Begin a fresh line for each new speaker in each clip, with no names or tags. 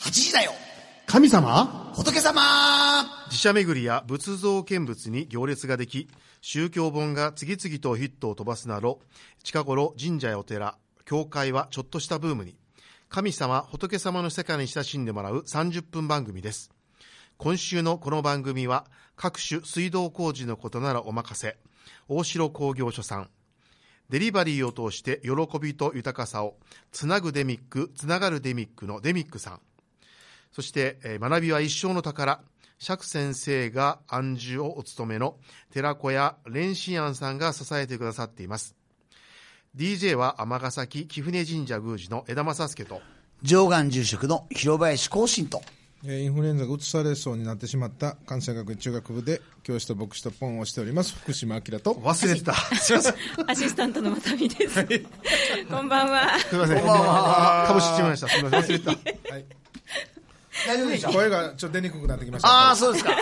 8時だよ
神様
仏様
寺社巡りや仏像見物に行列ができ宗教本が次々とヒットを飛ばすなど近頃神社やお寺教会はちょっとしたブームに神様仏様の世界に親しんでもらう30分番組です今週のこの番組は各種水道工事のことならお任せ大城工業所さんデリバリーを通して喜びと豊かさをつなぐデミックつながるデミックのデミックさんそして、えー学びは一生の宝。釈先生が安住をお務めの寺子屋蓮心庵さんが支えてくださっています。DJ は尼崎貴船神社宮司の枝正介と、
上岸住職の広林浩信と
えーインフルエンザがうつされそうになってしまった関西学院中学部で教師と牧師とポンをしております福島明と
忘れてた。すいません。
アシスタントのまさみです。こんばんは。
すいません。かぶしてしまいました。 すいません。忘れてた。
大丈夫でしょ
声がちょっと出にくくなってきました
ああそうです か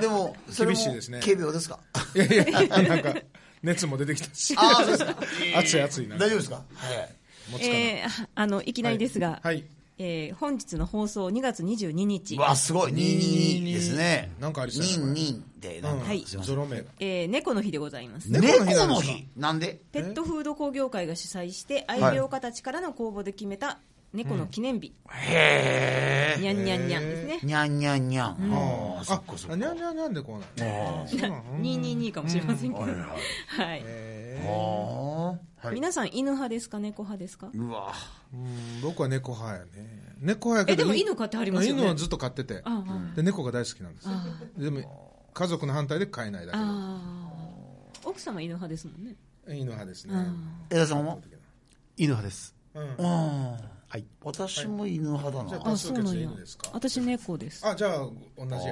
でもそれも
厳しいですね
軽病ですか
いやいやなんか熱も出てきたし
ああそうですか
暑い暑いな
大丈夫ですかはい
持つかな
えー、あの、いきなりですが、
はい
えー本日の放送2月22日、
わすごい22ですね
なんかありそうやなこれ
22でなんか
はい
すいませ
ゾ
ん
ロ目が
えー猫の日でございます。
猫の日
猫
なん
の
ですか
日なんで
ペットフード工業会が主催して、愛猫家たちからの公募で決めた猫の記念日。
へ
にゃんにゃんにゃんですね
え。にゃんにゃんにゃんああそ
あ
っかそっか
あにゃんにゃんにゃんでこうなる
222かもしれませんけど。はい。
あ
皆さん犬派ですか猫派ですか
ーうわ
うん僕は猫派やね猫派やけ
え
ど
でも犬飼ってはりますよね
犬はずっと飼ってて
ああ
で猫が大好きなんですでも家族の反対で飼えないだけど
あー奥様犬派ですもんね。
犬派ですね
江田さんも
犬派です。
うん
はい。
私も犬派だな、
あそうなんやですか
私猫です。
あじゃあ同じ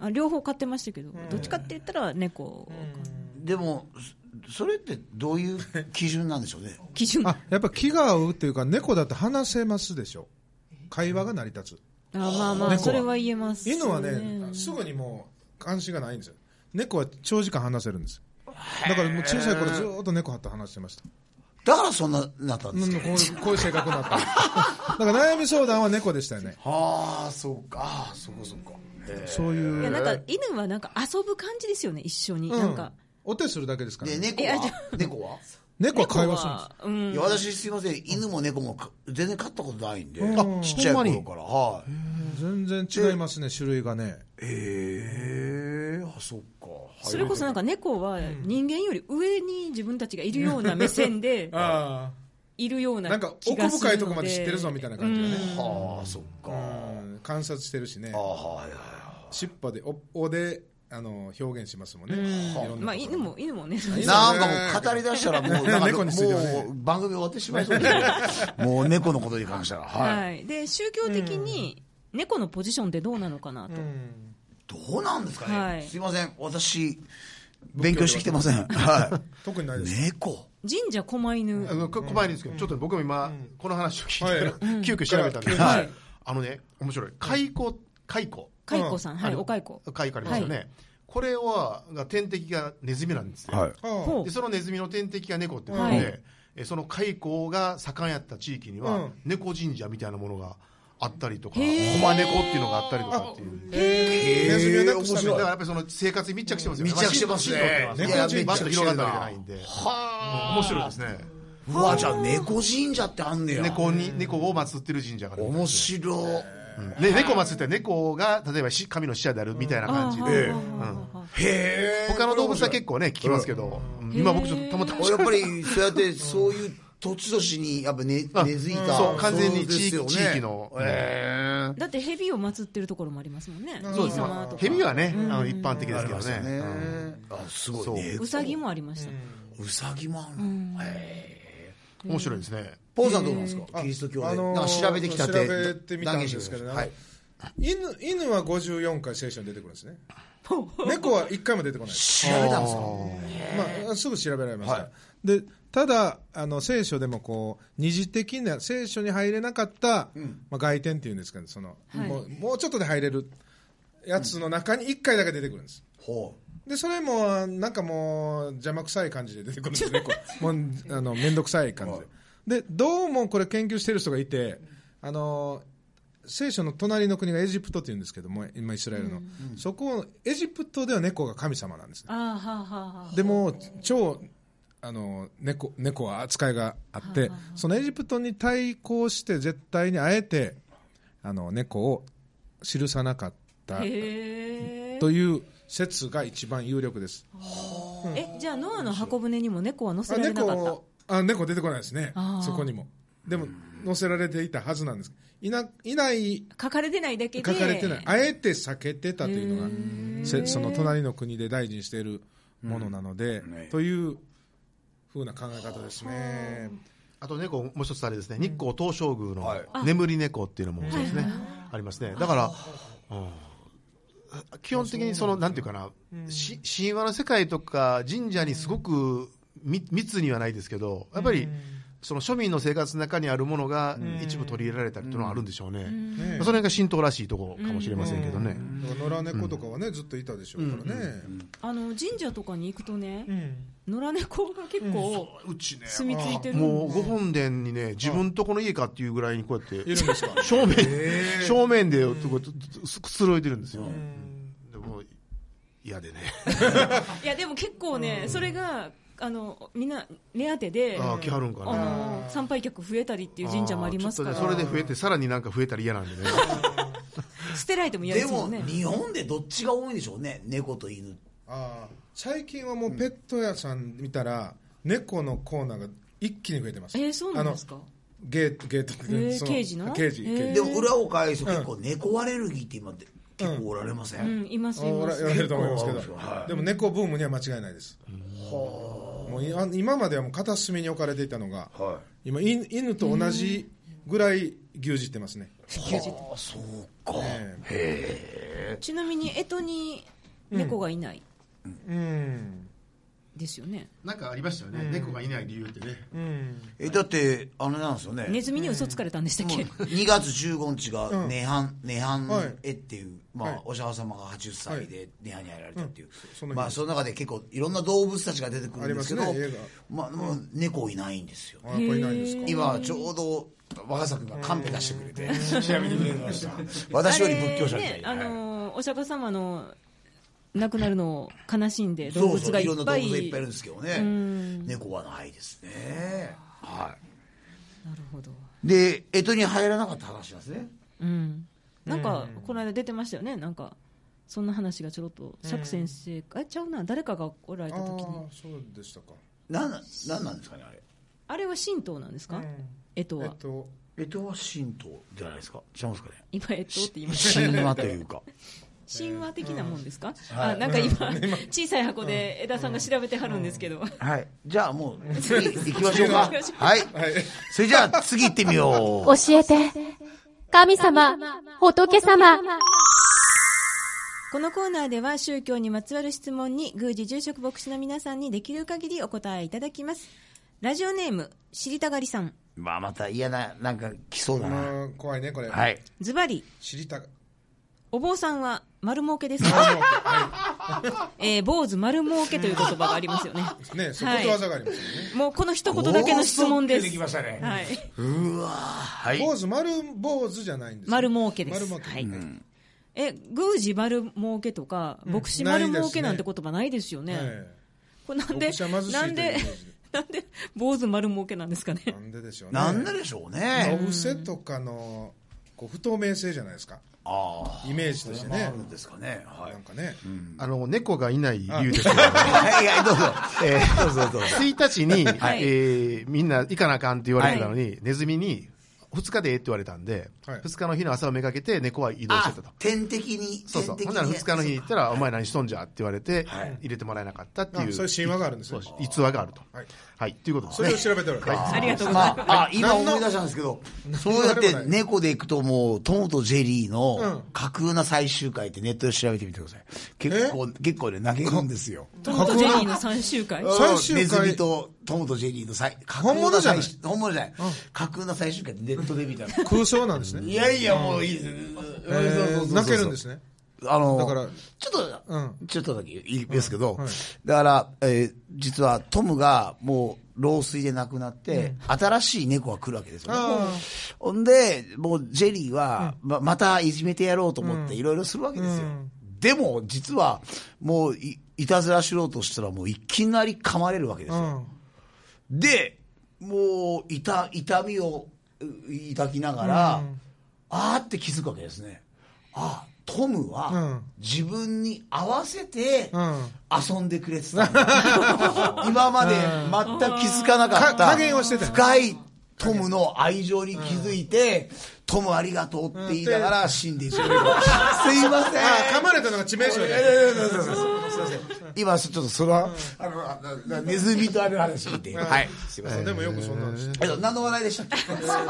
や
あ両方飼ってましたけど、どっちかって言ったら猫
でもそそれってどういう基準なんでしょうね
基準
あやっぱ気が合うっていうか猫だって話せますでしょ会話が成り立
あまあま
猫
あ
は
それは言えます
つ犬はねすぐにもう関心がないんですよ猫は長時間話せるんですよだからもう小さい頃ずーっと猫派と話してました
だからそんななったん
う
です
ん
か、
こういうこういう性格になっただから悩み相談は猫でしたよね
ああそうかああそうかそうか
そういう
いやなんか犬はなんか遊ぶ感じですよね一緒に、
うん
なんか
お手するだけですから
で
ね
猫は猫は
猫は会話するんです
るん
いや私すいません犬も猫もか全然飼ったことないんで
あ
ちっちゃい
ほんまに
頃からはい
全然違いますね種類がね
へえあそっか
それこそなんか猫は人間より上に自分たちがい るような目線で
あ
いるよう
あな
なん
か
気
奥
がするので
深いとこまで知ってるぞみたいな感じがね
はあそっか
うん観察してるしね
あはいはい
尻尾でお尾であの表現しますもんね、いろんなところ
まあ犬も犬もね
なんかもう語り出したらもうなん か
猫についてはね
もう番組終わってしまいそうですけど もう猫のことに関してははい、
はいで宗教的に猫のポジションってどうなのかなと、
どうなんですかね、
はい
すいません私勉強してきてませんは
特にない
い
です、
猫
神社狛犬
あのこ怖いんですけど、ちょっと僕も今、この話を聞いてから、 急遽調べたんで、
はい
あのね、面白い。解雇、解雇。
蚕さん、はい
あの
お蚕
貝がありますよね、
は
これはが天敵がネズミなんですよ、
はい
は
ほ
でそのネズミの天敵が猫ってことで、
はい
えその蚕が盛んやった地域には、
うん
猫神社みたいなものがあったりとか
へー
駒猫っていうのがあったりとかっていう
あ、えー、ネズミはなくした
だ
の
からやっぱりその生活に密着してますよね
密着してますね
神道っていうのはねバッと広がったわけじゃないんで面白いですね
うわじゃあ猫神社ってあんねや
猫に猫を祀ってる神社があるみたい
面
です
白い
うんで猫を祀って猫が例えばし神の使者であるみたいな感じ
あー
で、
あー
うん
へえ
他の動物は結構ね聞きますけど、うん今僕ちょっとたまたま
やっぱりそうやってそういう土地土地にやっぱ根根付いた
そう完全に
そうで
地
す
域,、
よね
地域の、え
だって蛇を祀ってるところもありますもんね
そう
神
ですね
様とか
ヘビはね、あの一般的で
あ
す
り
けど
ました
ね
ね
うん
あすごい
そう
ね
うさぎもありました、
うさぎもあるのへえ
面白いですね
ポーさんどうなんですかキリスト教で、
あのー
なんか調べてきたって
調べてみたんですけどね
断言してく
犬犬は54回聖書に出てくるんですね猫は1回も出てこないです
ださい、はい、調べたんですか
まあ、すぐ調べられました、でただあの聖書でもこう二次的な聖書に入れなかった、まあ、外典っていうんですかねその、
はい
もうもうちょっとで入れるやつの中に1回だけ出てくるんです、
ほ
でそれもなんかもう邪魔くさい感じで出てくるんです ねこうもうあの面倒くさい感じででどうもこれ研究してる人がいてあの聖書の隣の国がエジプトっていうんですけども今イスラエルの、そこエジプトでは猫が神様なんですね
ああはあはあはあ
でも超あの猫猫は扱いがあってそのエジプトに対抗して絶対にあえてあの猫を記さなかった
へえ
という説が一番有力です
えじゃあノアの箱舟にも猫は乗せ
あ
られなかった
猫あ猫出てこないですね
あー
そこにもでも載せられていたはずなんですいないない
書かれてないだけで
書かれてないあえて避けてたというの
へ
が
ー
せその隣の国で大事にしているものなので、
んね
というふうな考え方ですね。
あと猫、もう一つあれですね、日光東照宮の
はい
眠り猫っていうのもそうですね、ありますね。だから、うん基本的にその、なんていうかな、し神話の世界とか神社にすごく密密にはないですけど、やっぱり、その庶民の生活の中にあるものが一部取り入れられたりっていうのはあるんでしょうね。
うん
ま
ね
あその辺が神道らしいとこかもしれませんけどね。
だから野良猫とかはね、ずっといたでしょうからね。
あの神社とかに行くとね野良猫が結構
うちね
住み着いてるんで
もうご本殿にね、自分とこの家かっていうぐらいにこうやって、
いるんですか。
正面、正面でこうくつろいでるんですよ。でも嫌でね。
いやでも結構ね、それがあのみんな目当てで
あ
あ
あ、来はるんかな。
の参拝客増えたりっていう神社もありますか
ちょっとね
ら、
それで増えて、さらになんか増えたら嫌なんでね。
捨てられても嫌で
です
も
も
んね
日本でどっちが多いんでしょうね猫と犬
あー最近はもうペット屋さん見たら、猫のコーナーが一気に増えてます。
えー、そうなんです
あ
か
のゲート、ゲート
へー
その
ケージの
ケージ、
へー
ケージ
でも裏を返すと結構猫アレルギーって今で結構おられません、
うんいますい
お
ま
ら
す
言われると思いますけど
結構はい
でも猫ブームには間違いないです、もうい今まではもう片隅に置かれていたのが、
は
今い犬と同じぐらい牛耳ってますね、
ああそうか、
ええ
ちなみに干支に猫がいない
うん
ですよね、
なんかありましたよね。猫がいない理由ってね。
うん
えだってあれなんですよね
ネズミに嘘つかれたんでしたっけ、
2月15日が
うん
涅槃涅
はい
槃絵っていう、まあ
はい
お釈迦様が80歳で涅槃にやられたっていう、
その日
まあ、その中で結構いろんな動物たちが出てくるんですけど
あ
ま
りますね
あ、もう猫いないんですよ
あこれないんですか
今ちょうど若狭君がカンペ出してくれて調べてくれました 私より仏教者みたいな
あれね、あのーお釈迦様の亡くなるのを悲しんで動
そう
物
そ
が
う
い
いろん
っ
な動
ぱ
物
い
がいっぱいいるんですけどね
うん
猫はないですねは
なるほど
いで干支に入らなかった話なんですね
うんなんかこの間出てましたよねなんかそんな話がちょろっと釈先生あちゃうな誰かがおられ
あ
た時に
ーそうでしたか
なんななんなんですかねあれ
あれは神道なんですか、えと
え
は
っと
干支は神道じゃないですか違いますかね
今えとって言いました
神話というか
神話的なもんですか、
は
あ
い
なんか今、小さい箱で枝さんが調べてはるんですけど、
はいじゃあもう 次行きましょうかはい
はい
それじゃあ次行ってみよ う
教えて。神様、仏様。
このコーナーでは宗教にまつわる質問に宮司住職牧師の皆さんにできる限りお答えいただきますラジオネーム知りたがりさん
まあまた嫌ななんか来そうだ
あ
な
ー怖いねこれ
はい
ズバリ
知りたが
お坊さんは丸儲けで すか、えー、坊主丸儲けという言葉があります よね
ねそうことわざがありますよね
もうこの一言だけの質問です
おーそう出てきましたね
はいう
わーはい
坊主丸坊主じゃないんですね
丸儲けです
丸儲け
はいえ宮司丸儲けとか牧師丸儲けなんて言葉ないですよね,、
え
これなん
牧
で
師は貧しいという
なんで
イメージで
なんで坊主丸儲けなんですかね
えなんででしょうね
なんででしょう
お
ね
布施とかのこう不透明性じゃないですか
ああ
イメージとしてね
あるんですかねはい
なんかね
あの、猫がいない理由ですよね。
はいはいどうぞ
えー
どうぞどうぞ
1日に、
はい
えーみんな行かなあかんって言われてたのに、ネズミに、2日でええって言われたんで、
はい
2日の日の朝をめがけて猫は移動して
あ
たと。
点滴に
そうそう。
点
ほ
滴
んなら2日の日に
に
行ったら、お前何しとんじゃって言われて、
はい
入れてもらえなかったって
あ
いう。
そういう神話があるんですね
そう逸話があると。
は
はいい。ということです
それ
ね
を。調べておる
はい
ありがとうござい
ま
ます、
あ、あ今
何の
思い出したんですけど、そうやっ
何のあれも
て
ない
猫で行くともう、トムとジェリーの
うん
架空な最終回ってネットで調べてみてください。結構、結構ね、泣けるんですよ。
トムとジェリーの3週会
最終回
ネズミとトムとジェリーの最、架
本物じゃない
最終本物じゃない。架空な最終回ってネットで見たの。
空想なんですね
いやいや、もういいです
えー泣けるんです
ね。
ね
あの、
だから
ちょっと、
うん
ちょっとだけいいですけど、
はい
だから、えー実はトムがもう、老衰で亡くなって、新しい猫が来るわけですよね。
あ
ほんで、もうジェリーは、ままたいじめてやろうと思っていろいろするわけですよ。
うん
でも、実は、もうい、いたずらしようとしたら、もういきなり噛まれるわけです
う
よ。
ん。
で、もう、痛、痛みをう抱きながら、あーって気づくわけですね。あ、トム
うん
は、自分に合わせて
うん、
遊んでくれて たんだ、今まで全く気づかなかった。
か加減をしてたよね
深いトムの愛情に気づいて、トムありがとうって言いながら死んでいく。すいません。
あ、噛まれたのが致命傷
い
で
やい。やいやそうそうそうすいません今、ちょっとそれは、あのあの、ネズミとある話聞いて。はい。すいません。
でもよくそんなの知って
えっと、何の話題でしたっけ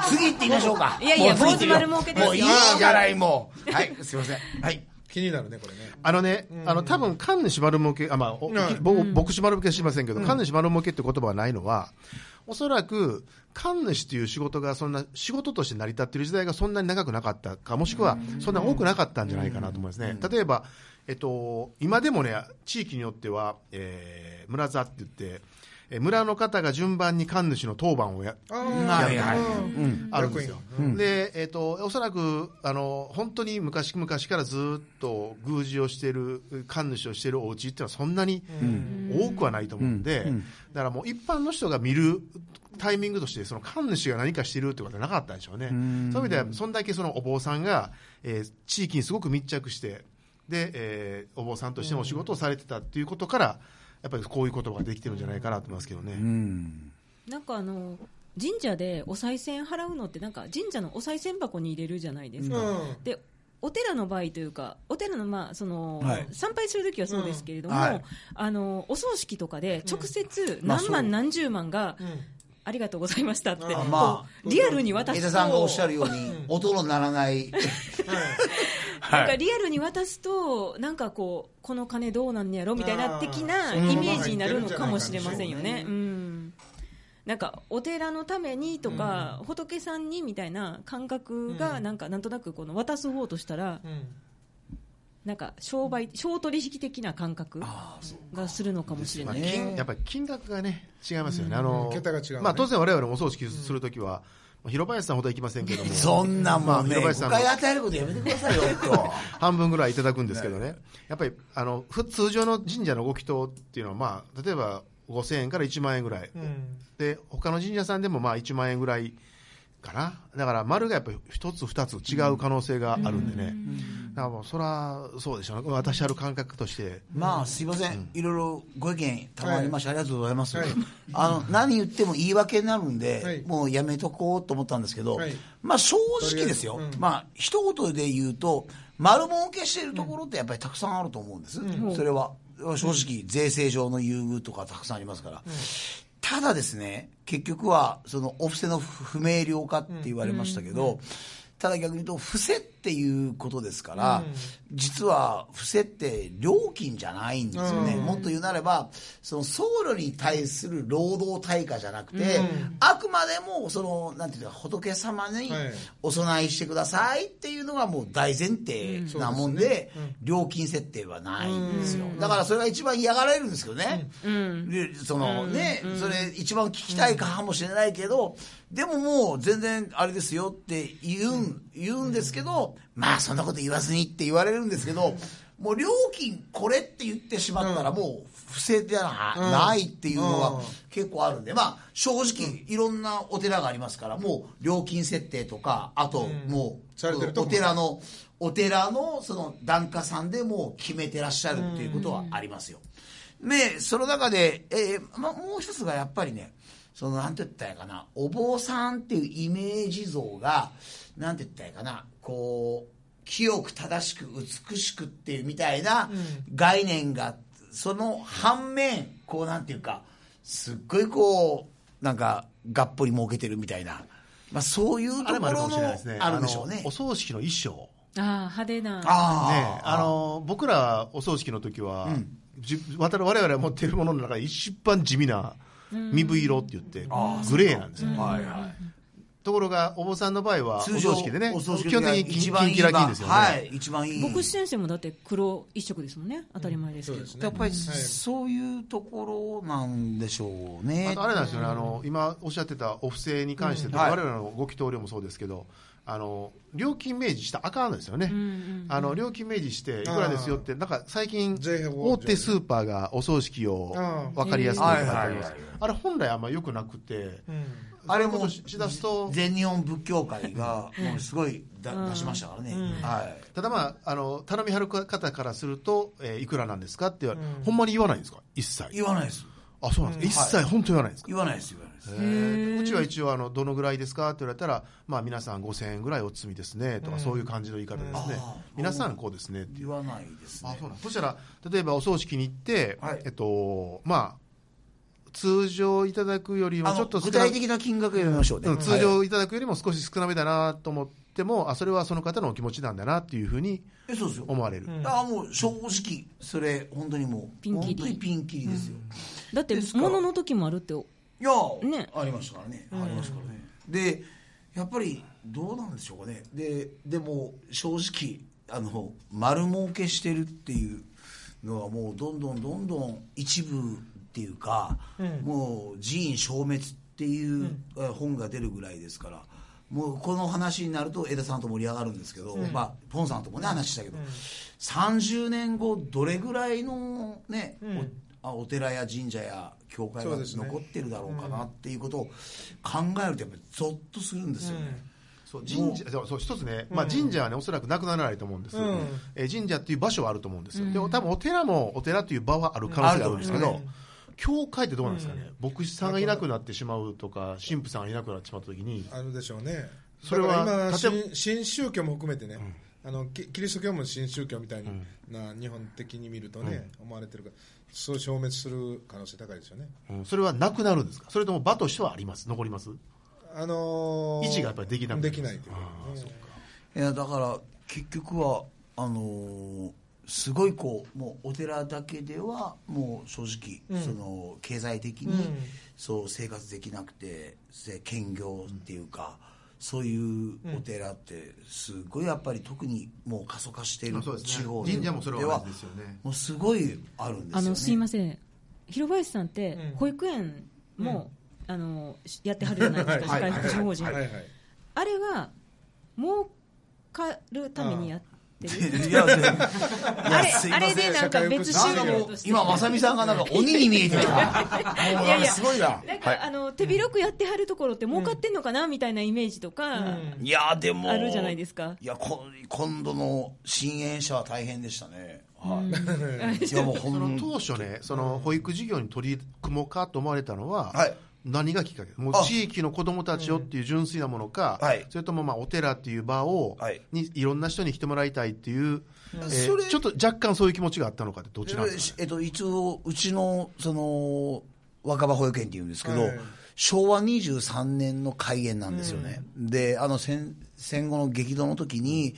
次行ってみましょうか。
いやい
もう
や
次
坊主丸儲けですよ
もういいじゃない、もう。はい、すいません。はい。
気になるね、これね。
あのね、あの、多分、カンヌシマルモケ、あ、まあ、お
うん
ぼ僕シマルモケはしませんけど、カンヌシマルモケって言葉はないのは、おそらく、神主という仕事がそんな、仕事として成り立っている時代がそんなに長くなかったか、もしくはそんな多くなかったんじゃないかなと思いますね。例えば、えっと、今でもね、地域によっては、えー、村座って言って、えー村の方が順番に神主の当番をや
あ
は
あ
いはい
うん
あるんですよ
役。
で、えっ、と、おそらく、あの、本当に昔々からずっと宮司をしている、神主をしているお家っていうのはそんなに多くはないと思うんで、だからもう一般の人が見るタイミングとして、その神主が何かしてるってことはなかったんでしょうね。そういう意味では、そんだけそのお坊さんが、えー地域にすごく密着して、で、えーお坊さんとしてのお仕事をされてたっていうことから、やっぱりこういう言葉ができてるんじゃないかなと思いますけどね。
なんかあの神社でお賽銭払うのってなんか神社のお賽銭箱に入れるじゃないですか、
うん
でお寺の場合というかお寺のまあその、
はい
参拝するときはそうですけれども、
うんはい
あのお葬式とかで直接
まあ
何
そう
万何十万が
ん
ありがとうございましたって、
あまあ
こうリアルに渡
江
す
田
と
さんがおっしゃるように、音の鳴らない。
なんかリアルに渡すとなんかこうこの金どうなんやろみたいな的なイメージになるのかもしれませんよね。うんなんかお寺のためにとか、仏さんにみたいな感覚がなんかなんとなくこの渡す方としたら、なんか商売商取引的な感覚がするのかもしれない。
ね
やっぱり金額がね、違いますよね。あの、
桁が違うね
まあ当然我々もお葬式するときは、まあ広林さんほど行きませんけど も、
そんなもんね、
ま
誤
あ広林さんも
解与えることやめてくださいよ、と。
半分ぐらいいただくんですけどね。やっぱり、あの、ふ通常の神社のご祈祷っていうのは、まあ、例えば5000円から1万円ぐらい。で、他の神社さんでもまあ1万円ぐらいかな。だから丸がやっぱり一つ二つ違う可能性があるんでね。だからもうそら、そうでしょうね。私ある感覚として。
まあ、すいません。いろいろご意見たまりまして、ありがとうございます。あの、何言っても言い訳になるん
は
で
い、
もうやめとこうと思ったんですけど
はい、
まあ、正直ですよ
とりあえずう。ん
まあ、一言で言うと、丸儲けしてるところってやっぱりたくさんあると思うんです。それは、正直、税制上の優遇とかたくさんありますから。ただですね、結局は、その、お布施の不明瞭化って言われましたけど、ただ逆に言うと、布施っていうことですから、実は布施って料金じゃないんですよね、もっと言うなれば、その僧侶に対する労働対価じゃなくて、あくまでもその、なんていうか、仏様に
はい
お供えしてくださいっていうのがもう大前提なもんで、料金設定はないんですよ、だからそれが一番嫌がられるんですけどね、でそのね、それ一番聞きたいかもしれないけど、でももう全然あれですよって言うん,、言うんですけど、まあそんなこと言わずにって言われるんですけど、もう料金これって言ってしまったらもう不正じゃな,、いっていうの
うん
が結構あるんで、まあ正直いろんなお寺がありますから、もう料金設定とか、あともう、
されてるとこも
お寺の、お寺のその檀家さんでもう決めてらっしゃるっていうことはありますよ。で、その中で、えーまあ、もう一つがやっぱりね、その、なんて言ったらいいかな、お坊さんっていうイメージ像が、なんて言ったらいいかな、こう、清く正しく美しくっていうみたいな概念が、その反面、こうなんていうか、すっごいこう、なんか、がっぽり儲けてるみたいな、まあそういう
あ
と
れ
こ
もあるか
ろ
もしれないですね
の、。あるんでしょうね
あの。お葬式の衣装。
ああ派手な
あ
ね、
あ
あの僕らお葬式の時は、じ我々我々が持ってるものの中で一番地味な身分色って言って、グレーなんですよ、
はいはい
ところがお坊さんの場合は
通常
お葬式でね
お葬式
基本的に
一
金
番い
金
い
キラ金ですよね、
はい、一番いい。
牧師先生もだって黒一色ですもんね当たり前ですけど、
やっぱりそういうところなんでしょうね。
あとあれなんですよね、あの今おっしゃってたお布施に関してと、
うんはい
我々のご祈祷料もそうですけど、あの料金明示したらあかんのですよね、あの料金明示して、いくらですよって、なんか最近、
税法
大手スーパーがお葬式を
あ
分かりやすくとかってあり
うん
ます
はいはいはい
あれ、本来あんまよくなくて、
あ
あ
れ
れ
も
もししだすと、
全日本仏教会が、もうすごいだ出しましたからね。はい。
ただまあ、あの頼みはる方からすると、えーいくらなんですかって言われ、ほんまに言わないんですか、一切。
言わないです。
あそうなんですか、一切本当言わないんですか
言わないです、言わないです。
うちは一応あの、どのぐらいですかって言われたら、まあ、皆さん5000円ぐらいお積みですねとか、そういう感じの言い方ですね、
あー
皆さんこうですねっていう、
言わないです
あ
ね。
そうなんそしたら、例えばお葬式に行って、
はい
えっとまあ、通常いただくよりも
あ
ちょ
の
っと
具
少な
体的な金額を読みましょうね。
うん通常いただくよりも少し少なめだなと思っても、あそれはその方のお気持ちなんだなっていうふうに
えそうですよ。
思われる。
あもう正直、それ、本当にもう、
ピンキ
本
リ
当にピンキリですよ。
だって
ですから
物の時もあるって
いや、
ね
ありましたからね、ありましたからね。で、やっぱりどうなんでしょうかね、ででも正直あの、丸儲けしてるっていうのは、もうどんどんどんどん一部っていうか、もう寺院消滅っていうえ本が出るぐらいですから。もうこの話になると江田さんと盛り上がるんですけど、まあ、ポンさんともね話したけど、30年後どれぐらいの、ねおあお寺や神社や教会が
そうですね
残ってるだろうかなっていうことを考えるとやっぱりゾッとするんですよね。
そう神社そうそう一つね、まあ、神社はねおそらくなくならないと思うんです、えー神社っていう場所はあると思うんですよ、でも多分お寺もお寺という場はある可能性があるんですけど、教会ってどうなんですかね、牧師さんがいなくなってしまうとか神父さんがいなくなってしまった時に
あるでしょうね
それは
だから今
例え
新新宗教も含めてね、あのキキリスト教も新宗教みたいに、な日本的に見るとね、思われてるからそう消滅する可能性高いですよね
うんそれはなくなるんですかそれとも場としてはあります残ります
あのー
維持がやっぱりできなくな
で
る
きないということね
いやだから結局はあのーすごいこうもうお寺だけではもう正直、その経済的に、そう生活できなくてせ兼業っていうか、そういうお寺ってすごいやっぱり特にもう過疎化している
あそうです
地
ね
方
神社もそれは同じですよね
もうすごいあるんですよ
あ
ね。
のすいません広林さんって保育園も、あのしやってはるじゃないですか
は
社
いはい
会福祉法人、
はいはいはい
あれは儲かるためにやってる
いや、でもい
あ
や
れ
すい
あ
ません
れでなんか別
な
収
んか
入
もう
として
今まさみさんがなんか鬼に見えてきた。
いやいや
すごいな。
なんか、あの手広くやってはるところって儲かってんのかなみたいなイメージとか、
いやでも
あるじゃないですか
いやこ今度の新園者は大変でしたね。はい。 いやもうほ
その
ん
当初ねその保育事業に取り組もうかと思われたのは、
はい
何がきっかけもう
あ
地域の子どもたちをっていう純粋なものか、
はい
それともまあお寺っていう場を、
はい
い、にいろんな人に来てもらいたいっていう、えー
それ
ちょっと若干そういう気持ちがあったのかってどっちなんですか、ね、
えっと一応うちのその若葉保育園っていうんですけど、
はい
昭和23年の開園なんですよね。であの戦戦後の激動の時に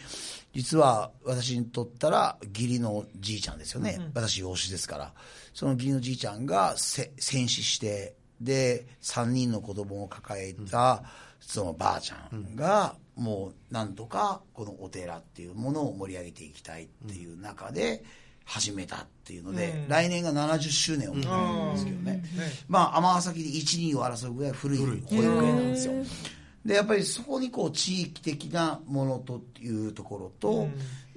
実は私にとったら義理のじいちゃんですよね、私養子ですからその義理のじいちゃんがせ戦死してで3人の子供を抱えたそのばあちゃんが、もうなんとかこのお寺っていうものを盛り上げていきたいっていう中で始めたっていうので、来年が70周年を迎えるんですけどね、まあ尼崎で1、2を争うぐらい古い保育園なんですよ。でやっぱりそこにこう地域的なものというところと、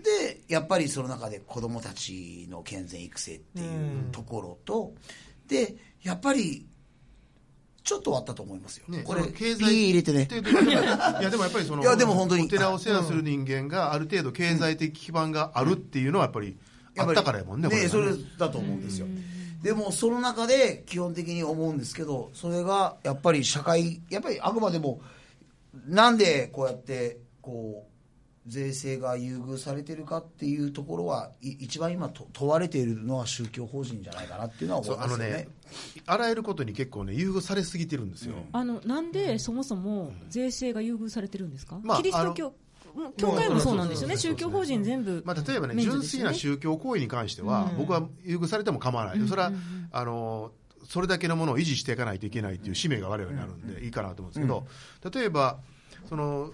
でやっぱりその中で子どもたちの健全育成っていうところと、でやっぱりちょっと終わったと思いますよ、
ね
これ
その
経済入れてね
っていうとこ ろでいやでもやっぱりその
いやでも本当に
お寺を世話する人間がある程度経済的基盤があるっていうのはやっぱりあったからやもんねこれが
それだと思うんですよでもその中で基本的に思うんですけどそれがやっぱり社会やっぱりあくまでもなんでこうやってこう税制が優遇されてるかっていうところはい一番今と問われているのは宗教法人じゃないかなっていうのは思
そ
いうま
あ
す
の
よね
ねあらゆることに結構ね優遇されすぎてるんですよ、
あのなんでそもそも税制が優遇されてるんですか、
まあ
キリスト教も教会もそうなんですよね、
そうそうそう
宗教法人全部、
まあ、例えばね、
免除
純
です
粋
よ
な宗教行為に関しては、僕は優遇されても構わない、それはあのそれだけのものを維持していかないといけないという使命が我々にあるんで、いいかなと思うんですけど、例えば、その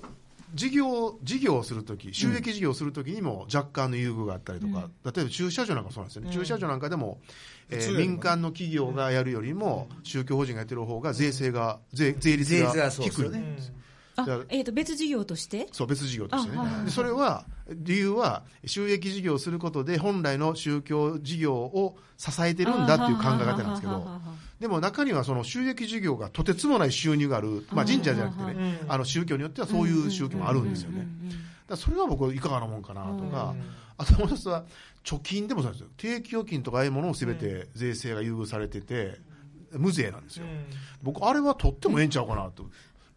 事業事業をするとき、収益事業をするときにも若干の優遇があったりとか、例えば駐車場なんかもそうなんですよね、駐車場なんかでも、えー
普通よりも
民間の企業がやるよりも、宗教法人がやってる方が税制が、税税率
税率
が
がそうです
低い
よね
んです
あ
だから
えー、と別事業として
そう別事業としてね、
あはいはい
でそれは理由は収益事業をすることで本来の宗教事業を支えてるんだっていう考え方なんですけ
あー
ど
はははははは
でも中にはその収益事業がとてつもない収入がある、まあ、神社じゃなくて
うん
ねあの宗教によってはそういう宗教もあるんですよね
ううんうんうん
だからそれは僕いかがなもんかなとかあともう一つは貯金でもそうなんですよ定期預金とかああいうものを全て税制が優遇されてて無税なんですよ僕あれは取ってもええんちゃうかなと。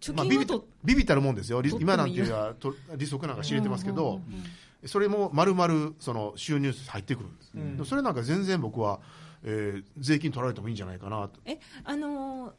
貯
まあ、
金
ビ
を
ビ
と、
ビビたるもんですよ、り
取っても
今なんていうのはと利息なんか知れてますけ
うんう
ど
ん、
それも丸々その収入入ってくるんです、
ん
でもそれなんか全然僕は、えー税金取られてもいいんじゃないかなと、
えあのー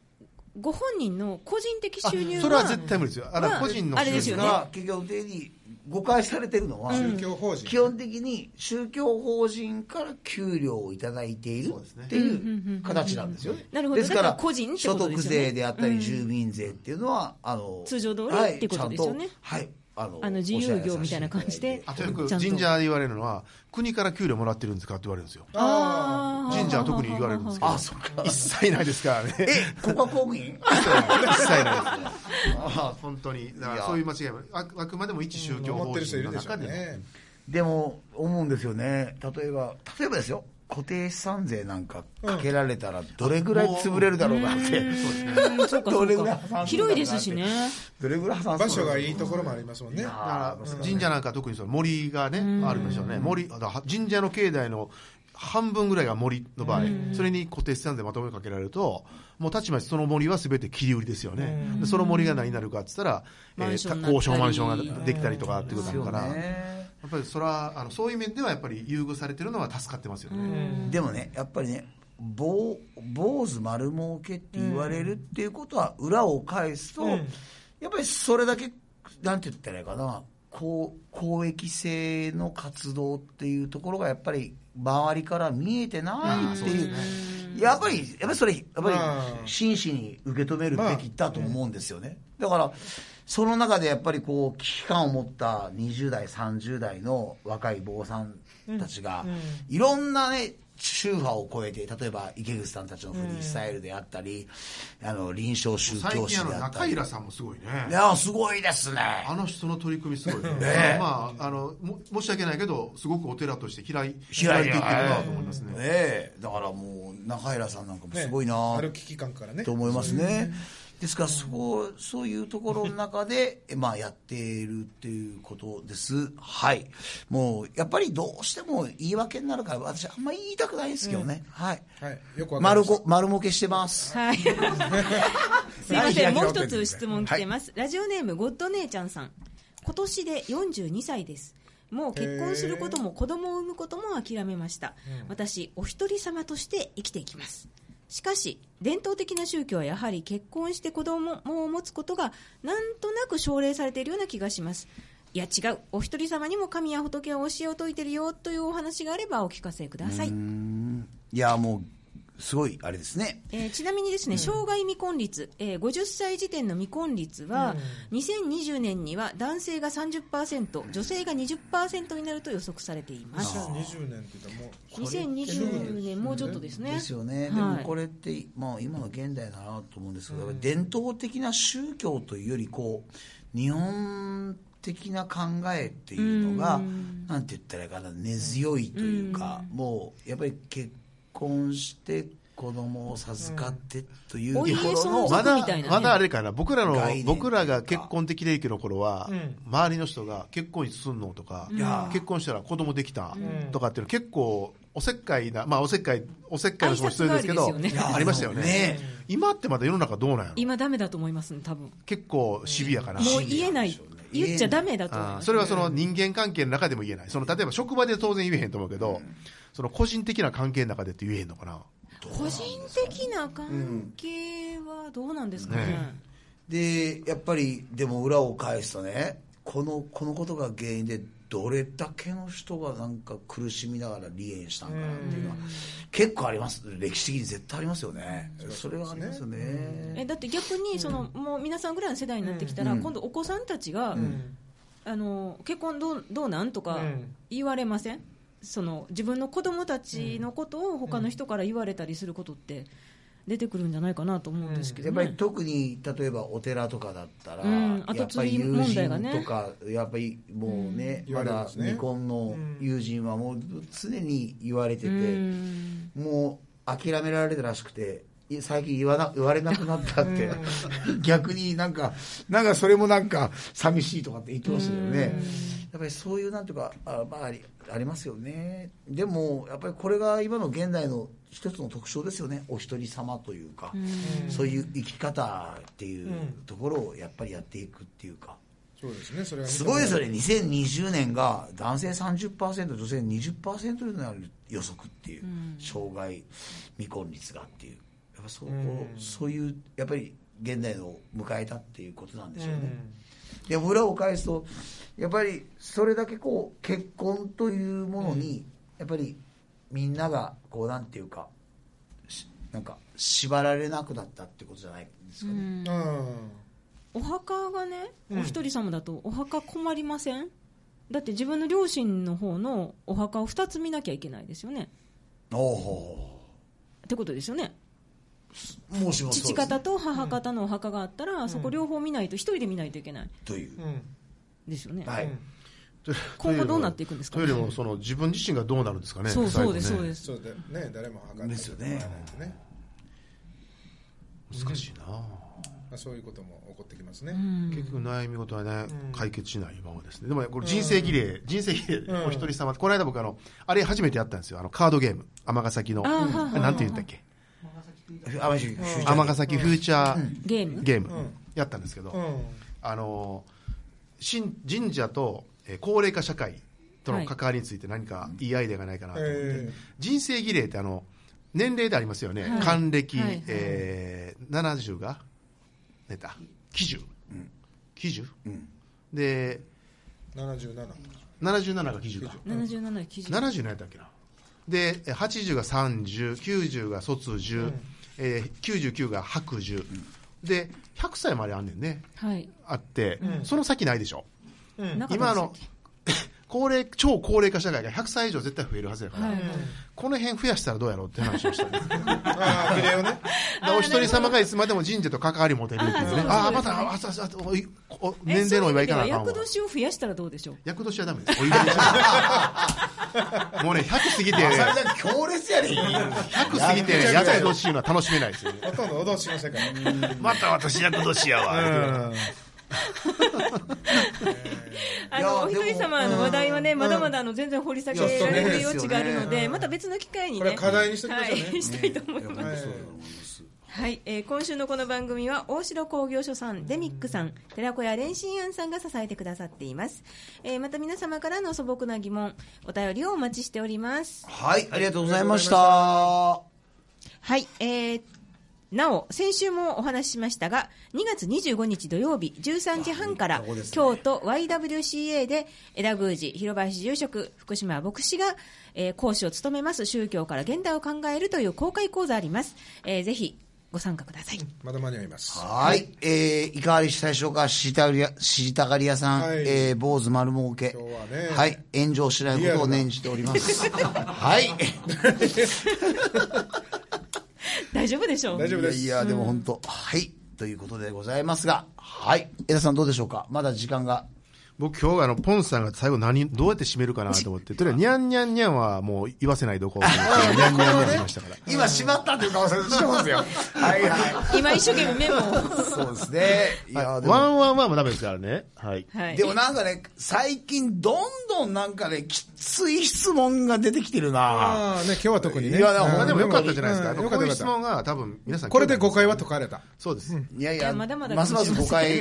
ご本人の個人的収入
あ
は
それは絶対無理ですよ、あだから
まあ
個人の
あれ
収
です
入
よ
だ
ね
から結局的に誤解されてるのは、
宗教法人
基本的に宗教法人から給料をいただいているっていう形なんですよね。
なるほど
ですか
だ
ら
から個人って
所
ことで
得
すよね
税であったり住民税っていうのは、あの
通常通り
はい
ってことですよね
ちゃんとはいあの
あの自由業みたいな感じで
あとよく
ちゃんと
神社で言われるのは、国から給料もらってるんですかって言われるんですよ、
あー
神社は特に言われるんですけど
あ、そっか、
一切ないですからね、一
え国家公務員
切ないです。本当に、だか
い
ら
や
そういう間違いもああくまでも一宗教
思っ
法
てる人い
人
る
の
でしょ
中で
う
の
ね。
でも思うんですよね例えば例えばですよ固定資産税なんかかけられたらどれぐらい潰れるだろうかって、
うんそう かそ
どれ
う
ぐらい
か
破産するんだろうなって
広いですしね
どれぐらい破産
場
する
所
んだろ
が
う
いいところもありますもんね。
だから神社なんか特にその森がね、あるんでしょうね森だから神社の境内の半分ぐらいが森の場合、それに固定資産税まとめかけられるともうたちまちその森は全て切り売りですよね、でその森が何になるかって言ったら、え
マンションになったり
高マンションができたりとかっていうことだから、
ですよ
や
ね
っぱりそれはあのそういう面ではやっぱり優遇されてるのは助かってますよね、
でもねやっぱりね坊坊主丸儲けって言われるっていうことは裏を返すと、やっぱりそれだけなんて言ったらいいかなこう公益性の活動っていうところがやっぱり周りから見えてないっていう。やっぱり、やっぱりそれ、やっぱり
うん
真摯に受け止めるべきだと思うんですよね。だから、その中でやっぱりこう、危機感を持った20代、30代の若い坊さんたちが、いろんなね、宗派を超えて、例えば池口さんたちのフリースタイルであったり、あの、臨床宗
最
教
近
師
あの
であった
中
り。い
平さんもすごいね
や、すごいですね。
あの人の取り組みすごいね。
ねえ
まあ、あの、も申し訳ないけど、すごくお寺として開い、
開い
て
ていっててる
いっるな
な
と
と
思
思い
い
ま
ま
すす
ね
ね。。ええだからもう、中平さんなんかもすごいな、
ある危機感からね。
と思いますね。ですからそこ、そういうところの中で、えまあ、やっているっていうことです、はい、もうやっぱりどうしても言い訳になるから、私、あんまり言いたくないんですけどね、はい、
はい。よくわかり
丸
ました
こ丸儲けしてます、
はいすいませんもう一つ質問来
はい
てます、ラジオネームゴッド姉ちゃんさん今年で42歳ですもう結婚することも子供を産むことも諦めました、私お一人様として生きていきますしかし伝統的な宗教はやはり結婚して子供を持つことがなんとなく奨励されているような気がしますいや違うお一人様にも神や仏は教えを説いてるよというお話があればお聞かせください
いや、もう、すごいあれですね、
えーちなみにですね、障害未婚率、えー50歳時点の未婚率は、2020年には男性が30%、女性が20%になると予測されています。
2020年って言ったらもう。
2020年、もうちょっとですね。
ですよね、でも
はい
これって、まあ、今の現代だなと思うんですけど、伝統的な宗教というよりこう日本的な考えっていうのが、なんて言ったらいいかな根強いというか、もうやっぱり結婚して子供を授かってというと
お
こ
家
ろ
相
の、
続
まだ
みたいなね
まだあれかな、僕らの
概念、というか
僕らが結婚的齢期の頃は、周りの人が結婚いつすんのとか、結婚したら子供できたとかっていうの結構、おせっかいな、まあおせっかい、おせっかいの人も必要ですけ
挨拶
ど、
代わりですよ
ね
ありましたよね
いやね
今ってまだ世の中どうなんやろ
今ダメだと思いますね、多分。も
結構シビアかな。
う言えない。言っちゃダメだと思い
あ
ま
ー
す。
それはその人間関係の中でも言えない。その例えば職場で当然言えへんと思うけど、その個人的な関係の中でって言えへんのかな。
個人的な関係はどうなんですかね。
ね
でやっぱりでも裏を返すとねこのこのことが原因でどれだけの人がなんか苦しみながら離縁したんかなっていうのは結構あります歴史的に絶対ありますよねそれはありますよ
え
ね
だって逆にその、もう皆さんぐらいの世代になってきたら、
うん
今度お子さんたちが、あの結婚どうどうなんとか
うん
言われません、その自分の子供たちのことを他の人から言われたりすることって出てくるんじゃないかなと思うんですけ
や
ど、
っ
ね
ぱり特に例えばお寺とかだったら、
うん後
やっぱり
継ぎ
友
問
人
題がね
とか、やっぱりもうね、
うん
ま
言われ
だ
ますね
未婚の友人はもう常に言われてて、
うん
もう諦められたらしくてい最近言わな言われなくなったって 逆になんかなんかそれもなんか寂しいとかって言ってましたよねやっぱりそういうなんていうかあ,、まあ、ありありますよねでもやっぱりこれが今の現代の一つの特徴ですよねお一人様というかそういう生き方っていうところをやっぱりやっていくっていうか。
そうですね、それは認められる。
すごいですよね、2020年が男性30%、女性20%になる予測っていう、障害未婚率がっていう、やっぱそう,、そういう、やっぱり現代を迎えたっていうことなんでしょうね。で裏を返すと、やっぱりそれだけこう結婚というものに、やっぱりみんなが、こうなんていうか、しなんか縛られなくなったってことじゃないですかね。
お墓がね、お一人様だとお墓困りませんだって自分の両親の方のお墓を2つ見なきゃいけないですよね
おお
ってことですよね
もしもそうです
父
ね
方と母方のお墓があったら、そこ両方見ないと一人で見ないといけない
という、
ですよね、
はい、
今後どうなっていくんですか
というよりもその自分自身がどうなるんですかね
そうそうです
最
そ
後
う
ね
です、
そうだよね、誰も測って
ですよね
ね。
難しいな、
まあ、そういうことも起こってきますね。
結局悩み事はね、解決しないままですねでもねこれ人生儀礼、人生儀礼、お一人様この間僕あのあれ初めてやったんですよあのカードゲーム尼崎の
あーはいはい
なんて言うんだっけ
あまあしゅしゅうちゃん
尼崎フューチャー
ゲーム
ゲームやったんですけど、
うん
あの神神社とえー高齢化社会との関わりについて何かいいアイデアがないかなと思って、
ええ
人生儀礼ってあの年齢でありますよね、
はい
還暦、
はい
えー70が出た喜寿喜寿、
うん
で
七十七。
77が喜寿か
77基準
70何やったっけなでえー80が3090が卒十、えー99が白寿、で100歳まであんねんね
はい
あって、その先ないでしょ
なかったです
今の 高齢超高齢化社会が100歳以上絶対増えるはずやから、
はい
この辺増やしたらどうやろうって話をした ねだか
ああ、ビデオね。
らお一人様がいつまでも神社と関わり持てるっていうねああまたああああおいお年齢のお祝いかなあかんわ
役年を増やしたらどうでしょう
厄年はダメですお祝いじゃ もうね100過ぎてね
浅井さん強烈やね
100過ぎてね厄年いうのは楽しめないですよね
ほとんど脅しの世界。
また私厄年やわ
あ
いや
のお
で
一
も
人様の話題はね、まだまだあの全然掘り下げられる余地があるので、また別の機会に
これ
ね、
は課題にしてお きましょうね
はい、したいと思います。
やっぱりそうだ
はい、えー今週のこの番組は大城工業所さん、デミックさん、寺子屋蓮心庵さんが支えてくださっています。えーまた皆様からの素朴な疑問、お便りをお待ちしております。
はいありがとうございました
はい、えーなお、先週もお話ししましたが、2月25日土曜日13時半から、
ここですね
京都 YWCA で、枝宮司、広林住職、福島牧師が、えー講師を務めます宗教から現代を考えるという公開講座あります。えーぜひ、ご参加ください。
まだ間に合います。
はい、えー、いかがでしたでしょうか、しいたがりや、しいたがり屋さん、
はい
えー、坊主丸儲け。
今日はね
はい、炎上しないことを念じております。 はい。
大丈夫でしょう
大丈夫です
いやいや、でも本当、はい、ということでございますが、はい、江田さんどうでしょうかまだ時間が。
僕今日あのポンさんが最後何どうやって締めるかなと思ってとりあえずニャンニャンニャンはもう言わせないでおこうと思ってニャンニャンニャンしましたから
今、閉まったという顔されてしますよ。 はいは
今一生懸命メモを。
い。そうですね。いや、でも
ワンワンワンもダメですからね。はい。
はい。
でもなんかね、最近どんどんなんかね、きつい質問が出てきてるな
ああ、ね、今日は特にね。
いやでも
うん
まあでもよかったじゃないですか。
うん
やっ
よ
ぱこ
か
ういう
ったよかっ
質
た。
問が多分皆さん
これで誤解は解かれた。
そうです。
いやい
い
や、
やまだまだ
ますます誤解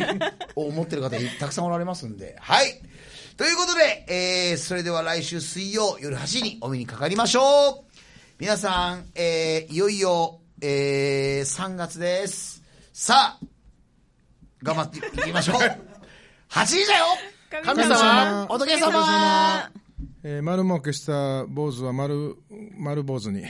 を持ってる方 たくさんおられますんで。はい。ということで、えー、それでは来週水曜夜8時にお目にかかりましょう。皆さん、えー、いよいよ、えー、3月です。さあ、頑張っていきましょう。8時だよ
神様
仏様
えー丸儲けした坊主は丸、丸坊主に。